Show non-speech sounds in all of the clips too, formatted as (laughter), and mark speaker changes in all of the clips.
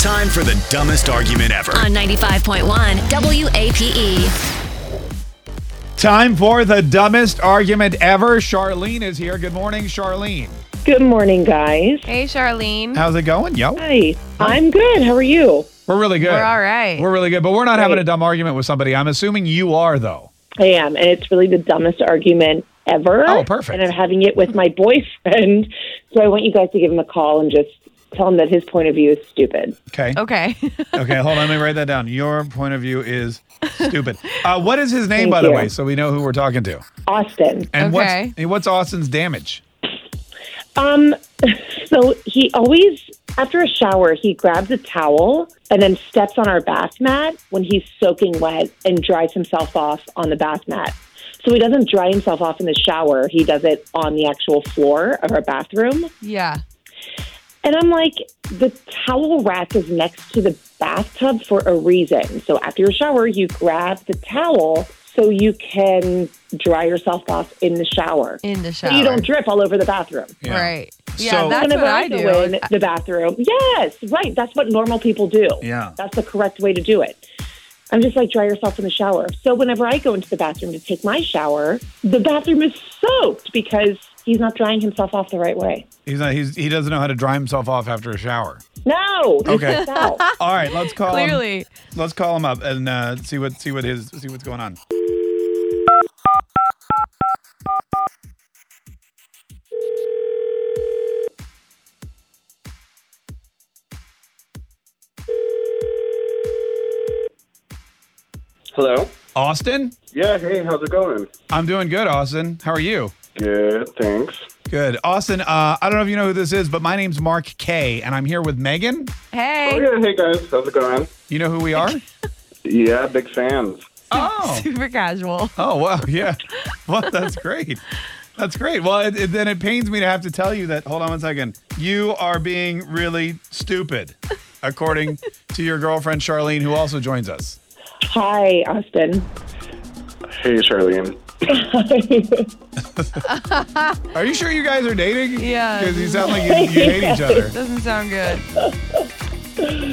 Speaker 1: Time for the dumbest argument ever.
Speaker 2: on 95.1 WAPE.
Speaker 3: Time for the dumbest argument ever. Charlene is here. Good morning, Charlene.
Speaker 4: Good morning, guys.
Speaker 5: Hey, Charlene.
Speaker 3: How's it going, yo?
Speaker 4: Hi. I'm good. How are you?
Speaker 3: We're really good.
Speaker 5: We're all right.
Speaker 3: We're really good, but we're not having a dumb argument with somebody. I'm assuming you are, though.
Speaker 4: I am, and it's really the dumbest argument ever.
Speaker 3: Oh, perfect.
Speaker 4: And I'm having it with my boyfriend, so I want you guys to give him a call and just tell him that his point of view is stupid.
Speaker 3: Okay.
Speaker 5: okay.
Speaker 3: Okay, hold on. Let me write that down. Your point of view is stupid. Uh, what is his name,
Speaker 4: Thank
Speaker 3: by the
Speaker 4: you.
Speaker 3: way, so we know who we're talking to?
Speaker 4: Austin.
Speaker 3: And
Speaker 5: Okay.
Speaker 3: what's, and what's Austin's damage?
Speaker 4: Um, (laughs) so he always, after a shower, he grabs a towel and then steps on our bath mat when he's soaking wet and dries himself off on the bath mat. So he doesn't dry himself off in the shower. He does it on the actual floor of our bathroom.
Speaker 5: (laughs) yeah.
Speaker 4: And I'm like, the towel rack is next to the bathtub for a reason. So after your shower, you grab the towel so you can dry yourself off in the shower.
Speaker 5: In the shower.
Speaker 4: So you don't drip all over the bathroom.
Speaker 3: Yeah.
Speaker 5: Right. Yeah,
Speaker 3: So-
Speaker 5: that's
Speaker 4: Whenever
Speaker 5: what I
Speaker 4: go
Speaker 5: do.
Speaker 4: in the bathroom. Yes, right. That's what normal people do.
Speaker 3: Yeah.
Speaker 4: That's the correct way to do it. I'm just like, dry yourself in the shower. So whenever I go into the bathroom to take my shower, the bathroom is soaked because he's not drying himself off the right way.
Speaker 3: He's not. He's, he doesn't know how to dry himself off after a shower.
Speaker 4: No. this
Speaker 3: Okay.
Speaker 4: is out.
Speaker 3: All right, let's call him.
Speaker 5: Clearly.
Speaker 3: Let's call him up and uh, see what see what his see what's going on.
Speaker 6: Hello.
Speaker 3: Austin,
Speaker 6: Yeah. Hey, how's it going?
Speaker 3: I'm doing good. Austin, how are you?
Speaker 6: Good. Thanks.
Speaker 3: Good, Austin. Uh, I don't know if you know who this is, but my name's Mark K, and I'm here with Megan.
Speaker 6: Oh
Speaker 5: Hey.
Speaker 6: yeah. Hey guys, how's it going?
Speaker 3: You know who we are?
Speaker 6: Yeah, big fans.
Speaker 3: (laughs) oh,
Speaker 5: Super casual.
Speaker 3: oh, wow, (laughs) yeah. Well, that's great. That's great. Well, it, it, then it pains me to have to tell you that. Hold on one second. You are being really stupid, according to your girlfriend Charlene, who also joins us.
Speaker 4: Hi, Austin.
Speaker 6: Hey, Charlene.
Speaker 3: Are you sure you guys are dating?
Speaker 5: Yeah.
Speaker 3: Because you sound like you, you hate each other. (laughs)
Speaker 5: Doesn't sound good.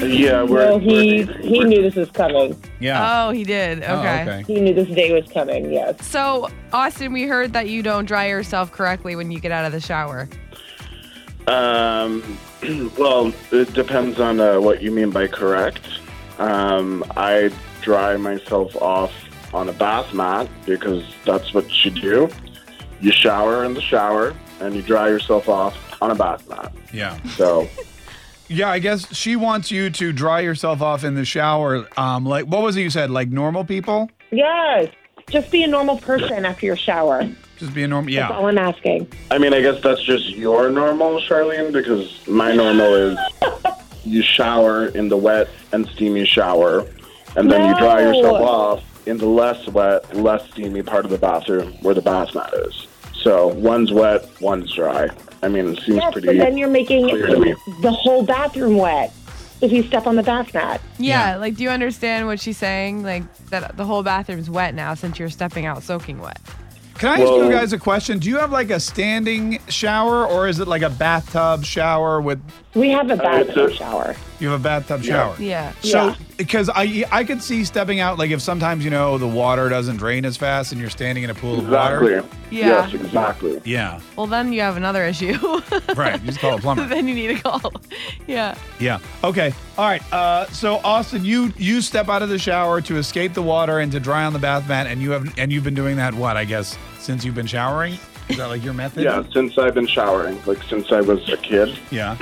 Speaker 6: Yeah, we're.
Speaker 4: Well, he
Speaker 6: we're-
Speaker 4: he knew this was coming.
Speaker 3: Yeah.
Speaker 5: Oh, he did. Okay.
Speaker 3: Oh, okay.
Speaker 4: He knew this day was coming. Yes.
Speaker 5: So, Austin, we heard that you don't dry yourself correctly when you get out of the shower.
Speaker 6: Um, (clears throat) well, it depends on uh, what you mean by correct. Um, I dry myself off on a bath mat because that's what you do. You shower in the shower and you dry yourself off on a bath mat.
Speaker 3: Yeah.
Speaker 6: So,
Speaker 3: Yeah, I guess she wants you to dry yourself off in the shower. Um, like what was it you said? Like normal people?
Speaker 4: Yes. Just be a normal person after your shower.
Speaker 3: Just be a normal
Speaker 4: That's
Speaker 3: yeah.
Speaker 4: all I'm asking.
Speaker 6: I mean, I guess that's just your normal, Charlene, because my normal is you shower in the wet and steamy shower, and then you dry
Speaker 4: No.
Speaker 6: yourself off in the less wet, less steamy part of the bathroom where the bath mat is. So one's wet, one's dry. I mean, it seems
Speaker 4: Yes, but
Speaker 6: pretty.
Speaker 4: then you're making
Speaker 6: clear to me.
Speaker 4: the whole bathroom wet if you step on the bath mat.
Speaker 5: Yeah, Like, do you understand what she's saying? Like, that the whole bathroom's wet now since you're stepping out soaking wet.
Speaker 3: Can I ask
Speaker 6: Well-
Speaker 3: you guys a question? Do you have like a standing shower or is it like a bathtub shower with
Speaker 4: We have a bathroom
Speaker 6: it's a-
Speaker 4: shower.
Speaker 3: you have a bathtub shower?
Speaker 5: Yeah.
Speaker 3: So
Speaker 4: Yeah.
Speaker 3: because I I could see stepping out like if sometimes you know the water doesn't drain as fast and you're standing in a pool of
Speaker 6: exactly.
Speaker 3: water.
Speaker 5: Yeah.
Speaker 6: Yes, exactly.
Speaker 3: Yeah.
Speaker 5: Well, then you have another issue. (laughs)
Speaker 3: Right. You just call a plumber.
Speaker 5: then you need a call. (laughs) Yeah.
Speaker 3: Yeah. Okay. All right. Uh, so Austin, you you step out of the shower to escape the water and to dry on the bath mat, and you have and you've been doing that what I guess since you've been showering. Is that like your method?
Speaker 6: Yeah, since I've been showering, like since I was a kid.
Speaker 3: Yeah.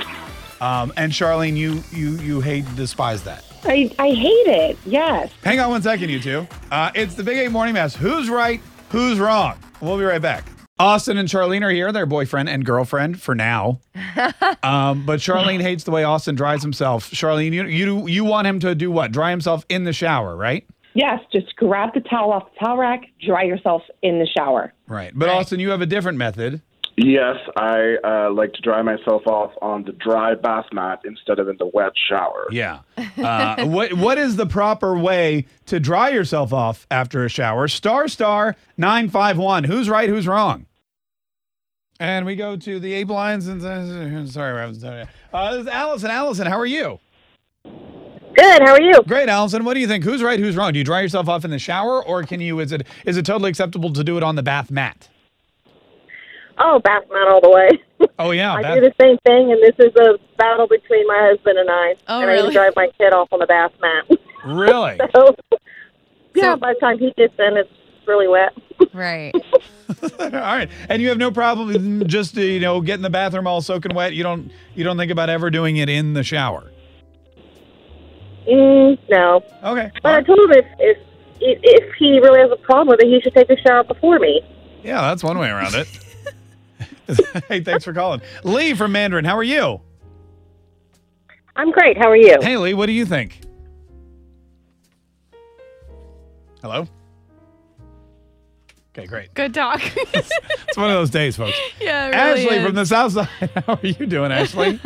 Speaker 3: Um, and Charlene, you you you hate despise that.
Speaker 4: I, I hate it. Yes.
Speaker 3: Hang on one second, you two. Uh, it's the Big Eight Morning Mass. Who's right? Who's wrong? We'll be right back. Austin and Charlene are here. They're boyfriend and girlfriend for now. Um, but Charlene hates the way Austin dries himself. Charlene, you you you want him to do what? Dry himself in the shower, right?
Speaker 4: Yes. Just grab the towel off the towel rack, dry yourself in the shower.
Speaker 3: Right. But Austin, you have a different method.
Speaker 6: Yes, I uh, like to dry myself off on the dry bath mat instead of in the wet shower.
Speaker 3: Yeah. Uh, (laughs) what What is the proper way to dry yourself off after a shower? Star star nine five one. Who's right? Who's wrong? And we go to the ape lines. And sorry, I was. Uh, this is Allison. Allison, how are you?
Speaker 4: Good. How are you?
Speaker 3: Great, Allison. What do you think? Who's right? Who's wrong? Do you dry yourself off in the shower, or can you? Is it is it totally acceptable to do it on the bath mat?
Speaker 7: Oh, bath mat all the way. (laughs)
Speaker 3: Oh yeah,
Speaker 7: I
Speaker 3: bath-
Speaker 7: do the same thing, and this is a battle between my husband and I.
Speaker 5: Oh,
Speaker 7: and I
Speaker 5: really?
Speaker 7: even drive my kid off on the bath mat. (laughs)
Speaker 3: really?
Speaker 7: so, yeah, by the time he gets in, it's really wet.
Speaker 5: Right.
Speaker 3: all right, and you have no problem with just uh, you know getting the bathroom all soaking wet. You don't you don't think about ever doing it in the shower.
Speaker 7: Mm, no.
Speaker 3: Okay.
Speaker 7: But
Speaker 3: All
Speaker 7: I
Speaker 3: right.
Speaker 7: told him if, if, if he really has a problem with it, he should take a shower before me.
Speaker 3: Yeah, that's one way around it. (laughs) hey, thanks for calling, Lee from Mandarin. How are you?
Speaker 7: I'm great. How are you?
Speaker 3: Hey, Lee, what do you think? Hello. Okay, great.
Speaker 5: Good
Speaker 3: (laughs)
Speaker 5: talk.
Speaker 3: It's one of those days, folks.
Speaker 5: yeah. (laughs) it really
Speaker 3: Ashley
Speaker 5: is. (laughs)
Speaker 3: from the South Side. (laughs) How are you doing, Ashley?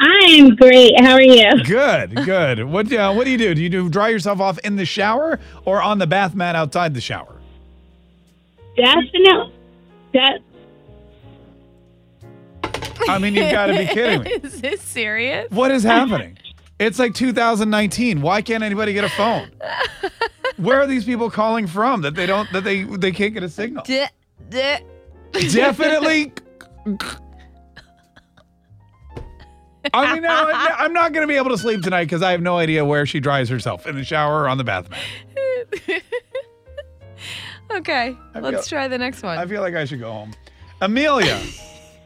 Speaker 8: I'm great. How are you?
Speaker 3: good, good. What uh, what do you do? Do you do dry yourself off in the shower or on the bath mat outside the shower?
Speaker 8: Definitely. That
Speaker 3: I mean, you've got to be kidding me.
Speaker 5: is this serious?
Speaker 3: What is happening? It's like 2019. Why can't anybody get a phone? Where are these people calling from that they don't that they they can't get a
Speaker 5: (laughs)
Speaker 3: signal?
Speaker 5: D- d-
Speaker 3: Definitely. I mean, now, now I'm not going to be able to sleep tonight because I have no idea where she dries herself in the shower or on the bath mat.
Speaker 5: okay.
Speaker 3: I've
Speaker 5: Let's
Speaker 3: got-
Speaker 5: try the next one.
Speaker 3: I feel like I should go home. Amelia.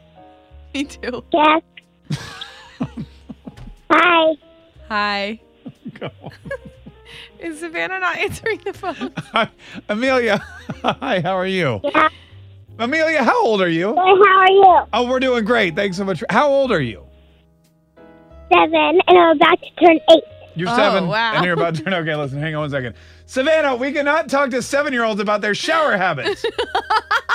Speaker 5: (laughs) Me too.
Speaker 8: yes. Hi.
Speaker 5: Hi. Is Savannah not answering the phone?
Speaker 3: (laughs) Hi, Amelia. (laughs) Hi, how are you?
Speaker 8: Yeah.
Speaker 3: Amelia, how old are you?
Speaker 8: How are you?
Speaker 3: Oh, we're doing great. Thanks so much. for- How old are you?
Speaker 8: Seven, and I'm about to turn eight.
Speaker 3: You're
Speaker 5: Oh,
Speaker 3: seven,
Speaker 5: wow.
Speaker 3: and you're about
Speaker 5: (laughs)
Speaker 3: to turn. Okay, listen, hang on one second. Savannah, we cannot talk to seven year olds about their
Speaker 5: (laughs)
Speaker 3: shower habits. what,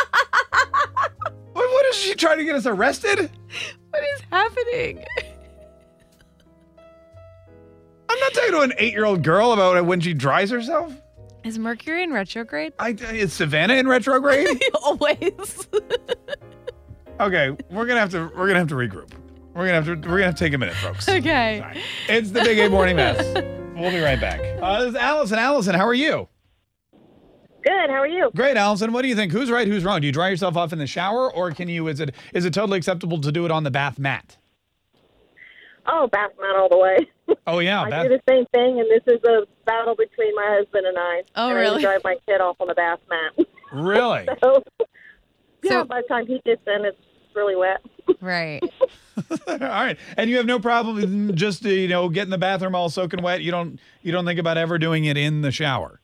Speaker 3: what is she trying to get us arrested?
Speaker 5: What is happening?
Speaker 3: I'm not talking to an eight year old girl about when she dries herself.
Speaker 5: Is Mercury in retrograde?
Speaker 3: I, is Savannah in retrograde?
Speaker 5: (laughs) Always.
Speaker 3: okay, we're gonna have to we're gonna have to regroup. We're gonna have to we're gonna have to take a minute, folks.
Speaker 5: okay.
Speaker 3: All right. It's the Big A Morning Mess. We'll be right back. Uh, this is Allison. Allison, how are you?
Speaker 7: Good. How are you?
Speaker 3: Great, Allison. What do you think? Who's right? Who's wrong? Do you dry yourself off in the shower, or can you? Is it is it totally acceptable to do it on the bath mat?
Speaker 7: Oh, bath mat all the way. (laughs)
Speaker 3: Oh yeah,
Speaker 7: I
Speaker 3: bath.
Speaker 7: do the same thing, and this is a battle between my husband and I.
Speaker 5: Oh,
Speaker 7: and I
Speaker 5: really?
Speaker 7: even drive my kid off on the bath mat. (laughs)
Speaker 3: really? (laughs)
Speaker 7: so,
Speaker 5: So-
Speaker 7: yeah, by the time he gets in, it's really wet.
Speaker 5: Right.
Speaker 3: all right, and you have no problem with just uh, you know getting the bathroom all soaking wet. You don't you don't think about ever doing it in the shower.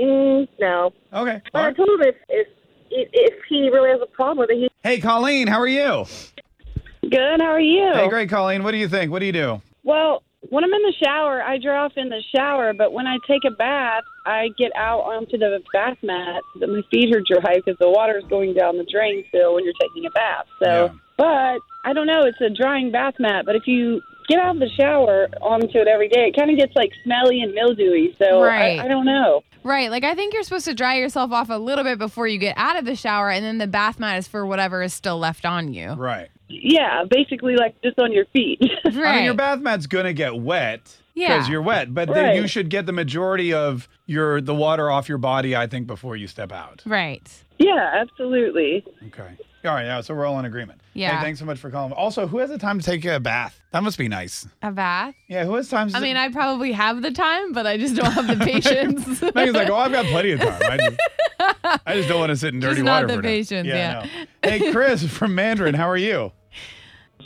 Speaker 7: Mm, no.
Speaker 3: Okay.
Speaker 7: But
Speaker 3: all
Speaker 7: I
Speaker 3: right.
Speaker 7: told him if, if if he really has a problem with it, he
Speaker 3: Hey, Colleen, how are you?
Speaker 9: Good. How are you?
Speaker 3: Hey, great, Colleen. What do you think? What do you do?
Speaker 9: Well, when I'm in the shower, I dry off in the shower, but when I take a bath, I get out onto the bath mat. so that My feet are dry because the water is going down the drain still when you're taking a bath. So,
Speaker 3: Yeah.
Speaker 9: but I don't know. It's a drying bath mat, but if you get out of the shower onto it every day, it kind of gets like smelly and mildewy. So
Speaker 5: Right.
Speaker 9: I, I don't know.
Speaker 5: Right. Like I think you're supposed to dry yourself off a little bit before you get out of the shower and then the bath mat is for whatever is still left on you.
Speaker 3: Right.
Speaker 9: Yeah, basically like just on your feet. (laughs)
Speaker 5: Right.
Speaker 3: I mean, your bath mat's gonna get wet because
Speaker 5: Yeah.
Speaker 3: you're wet, but then you
Speaker 9: Right.
Speaker 3: should get the majority of your the water off your body, I think, before you step out.
Speaker 5: right.
Speaker 9: yeah, absolutely.
Speaker 3: Okay. All right. Yeah. So we're all in agreement.
Speaker 5: Yeah.
Speaker 3: Hey, thanks so much for calling. Also, who has the time to take a bath? That must be nice.
Speaker 5: A bath?
Speaker 3: Yeah. Who has time?
Speaker 5: I mean, I probably have the time, but I just don't have the patience.
Speaker 3: (laughs) Megan's like, oh, I've got plenty of time. I just, I just don't want to sit in dirty
Speaker 5: not
Speaker 3: water
Speaker 5: the
Speaker 3: for now."
Speaker 5: patience,
Speaker 3: Yeah. I know.
Speaker 5: (laughs)
Speaker 3: Hey, Chris from Mandarin. How are you?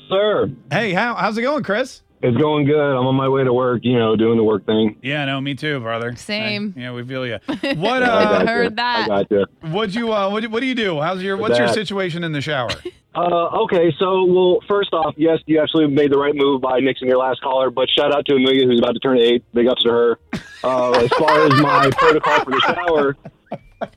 Speaker 10: Sir,
Speaker 3: Hey, how how's it going, Chris?
Speaker 10: it's going good. I'm on my way to work, you know, doing the work thing.
Speaker 3: Yeah. No, me too, brother.
Speaker 5: Same.
Speaker 3: Hey, yeah, we feel
Speaker 5: (laughs)
Speaker 3: you. What
Speaker 10: I
Speaker 3: uh,
Speaker 10: gotcha.
Speaker 5: Oh, heard that.
Speaker 10: I gotcha.
Speaker 3: what you uh, what, what do you do? How's your what's your
Speaker 10: That.
Speaker 3: situation in the
Speaker 5: (laughs)
Speaker 3: shower?
Speaker 10: Uh, okay, so, well, first off, yes, you absolutely made the right move by nixing your last caller, but shout out to Amelia, who's about to turn eight. Big ups to her. Uh, as far as
Speaker 5: (laughs)
Speaker 10: my protocol for the shower,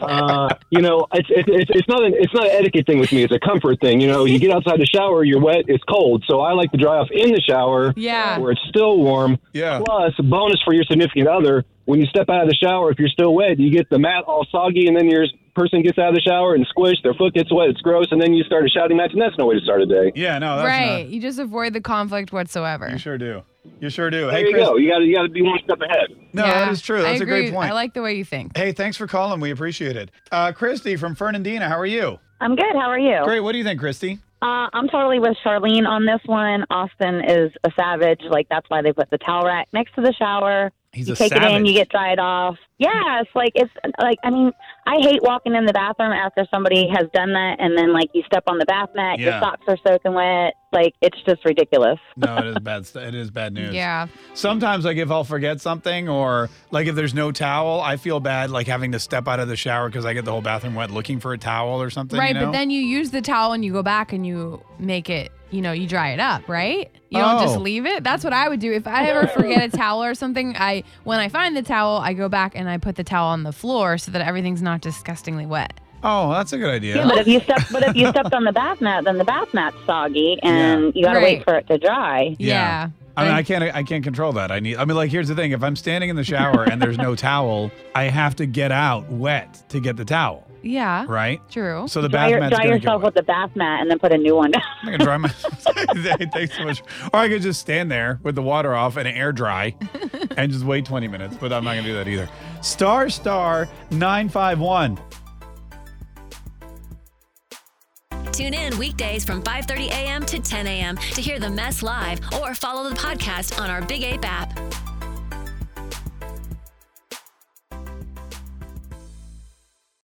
Speaker 10: uh, you know, it's, it's, it's, it's, not an, it's not an etiquette thing with me. It's a comfort thing. You know, you get outside the shower, you're wet, it's cold. So I like to dry off in the shower
Speaker 5: (laughs) Yeah.
Speaker 10: where it's still warm.
Speaker 3: Yeah.
Speaker 10: Plus, bonus for your significant other, when you step out of the shower, if you're still wet, you get the mat all soggy, and then you're person gets out of the shower and squish, their foot gets wet, it's gross, and then you start a shouting match, and that's no way to start a day.
Speaker 3: Yeah, no,
Speaker 5: right. You just avoid the conflict whatsoever. You
Speaker 3: sure do. You sure do.
Speaker 10: There you go. You got you got to be one step ahead.
Speaker 3: No, that is true. That's a great point.
Speaker 5: I like the way you think.
Speaker 3: Hey, thanks for calling. We appreciate it. Uh, Christy from Fernandina, how are you?
Speaker 11: I'm good. How are you?
Speaker 3: Great. What do you think, Christy?
Speaker 11: Uh, I'm totally with Charlene on this one. Austin is a savage. Like that's why they put the towel rack next to the shower.
Speaker 3: He's
Speaker 11: you
Speaker 3: a
Speaker 11: take it in,
Speaker 3: savage.
Speaker 11: you get dried off. Yeah, it's like it's like I mean, I hate walking in the bathroom after somebody has done that, and then like you step on the bath mat,
Speaker 3: Yeah.
Speaker 11: your socks are soaking wet. Like it's just ridiculous.
Speaker 3: (laughs) No, it is bad. st- It is bad news.
Speaker 5: Yeah.
Speaker 3: Sometimes, like if I'll forget something, or like if there's no towel, I feel bad like having to step out of the shower because I get the whole bathroom wet looking for a towel or something.
Speaker 5: right,
Speaker 3: you know?
Speaker 5: but then you use the towel and you go back and you make it, you know, you dry it up, right? You don't just
Speaker 3: Oh.
Speaker 5: leave it. That's what I would do. If I ever forget a towel or something, I when I find the towel, I go back and I put the towel on the floor so that everything's not disgustingly wet.
Speaker 3: Oh, that's a good idea.
Speaker 11: Yeah, but if you step but if you stepped on the bath mat, then the bath mat's soggy, and you got to wait
Speaker 5: Right.
Speaker 11: for it to dry.
Speaker 5: Yeah.
Speaker 3: I mean, I can't. I can't control that. I need. I mean, like, here's the thing: if I'm standing in the shower and there's no towel, I have to get out wet to get the towel,
Speaker 5: Yeah.
Speaker 3: right?
Speaker 5: True.
Speaker 3: So the
Speaker 11: dry,
Speaker 3: bath
Speaker 11: your-
Speaker 3: mat's
Speaker 11: dry
Speaker 3: gonna get
Speaker 11: yourself with the bath mat and then put a new one down.
Speaker 3: I can dry my. (laughs) Hey, Thanks so much. Or I could just stand there with the water off and air dry, and just wait 20 minutes. But I'm not gonna do that either. Star star nine five one.
Speaker 2: Tune in weekdays from 5:30 a.m. to 10 a.m. to hear the mess live or follow the podcast on our Big Ape app.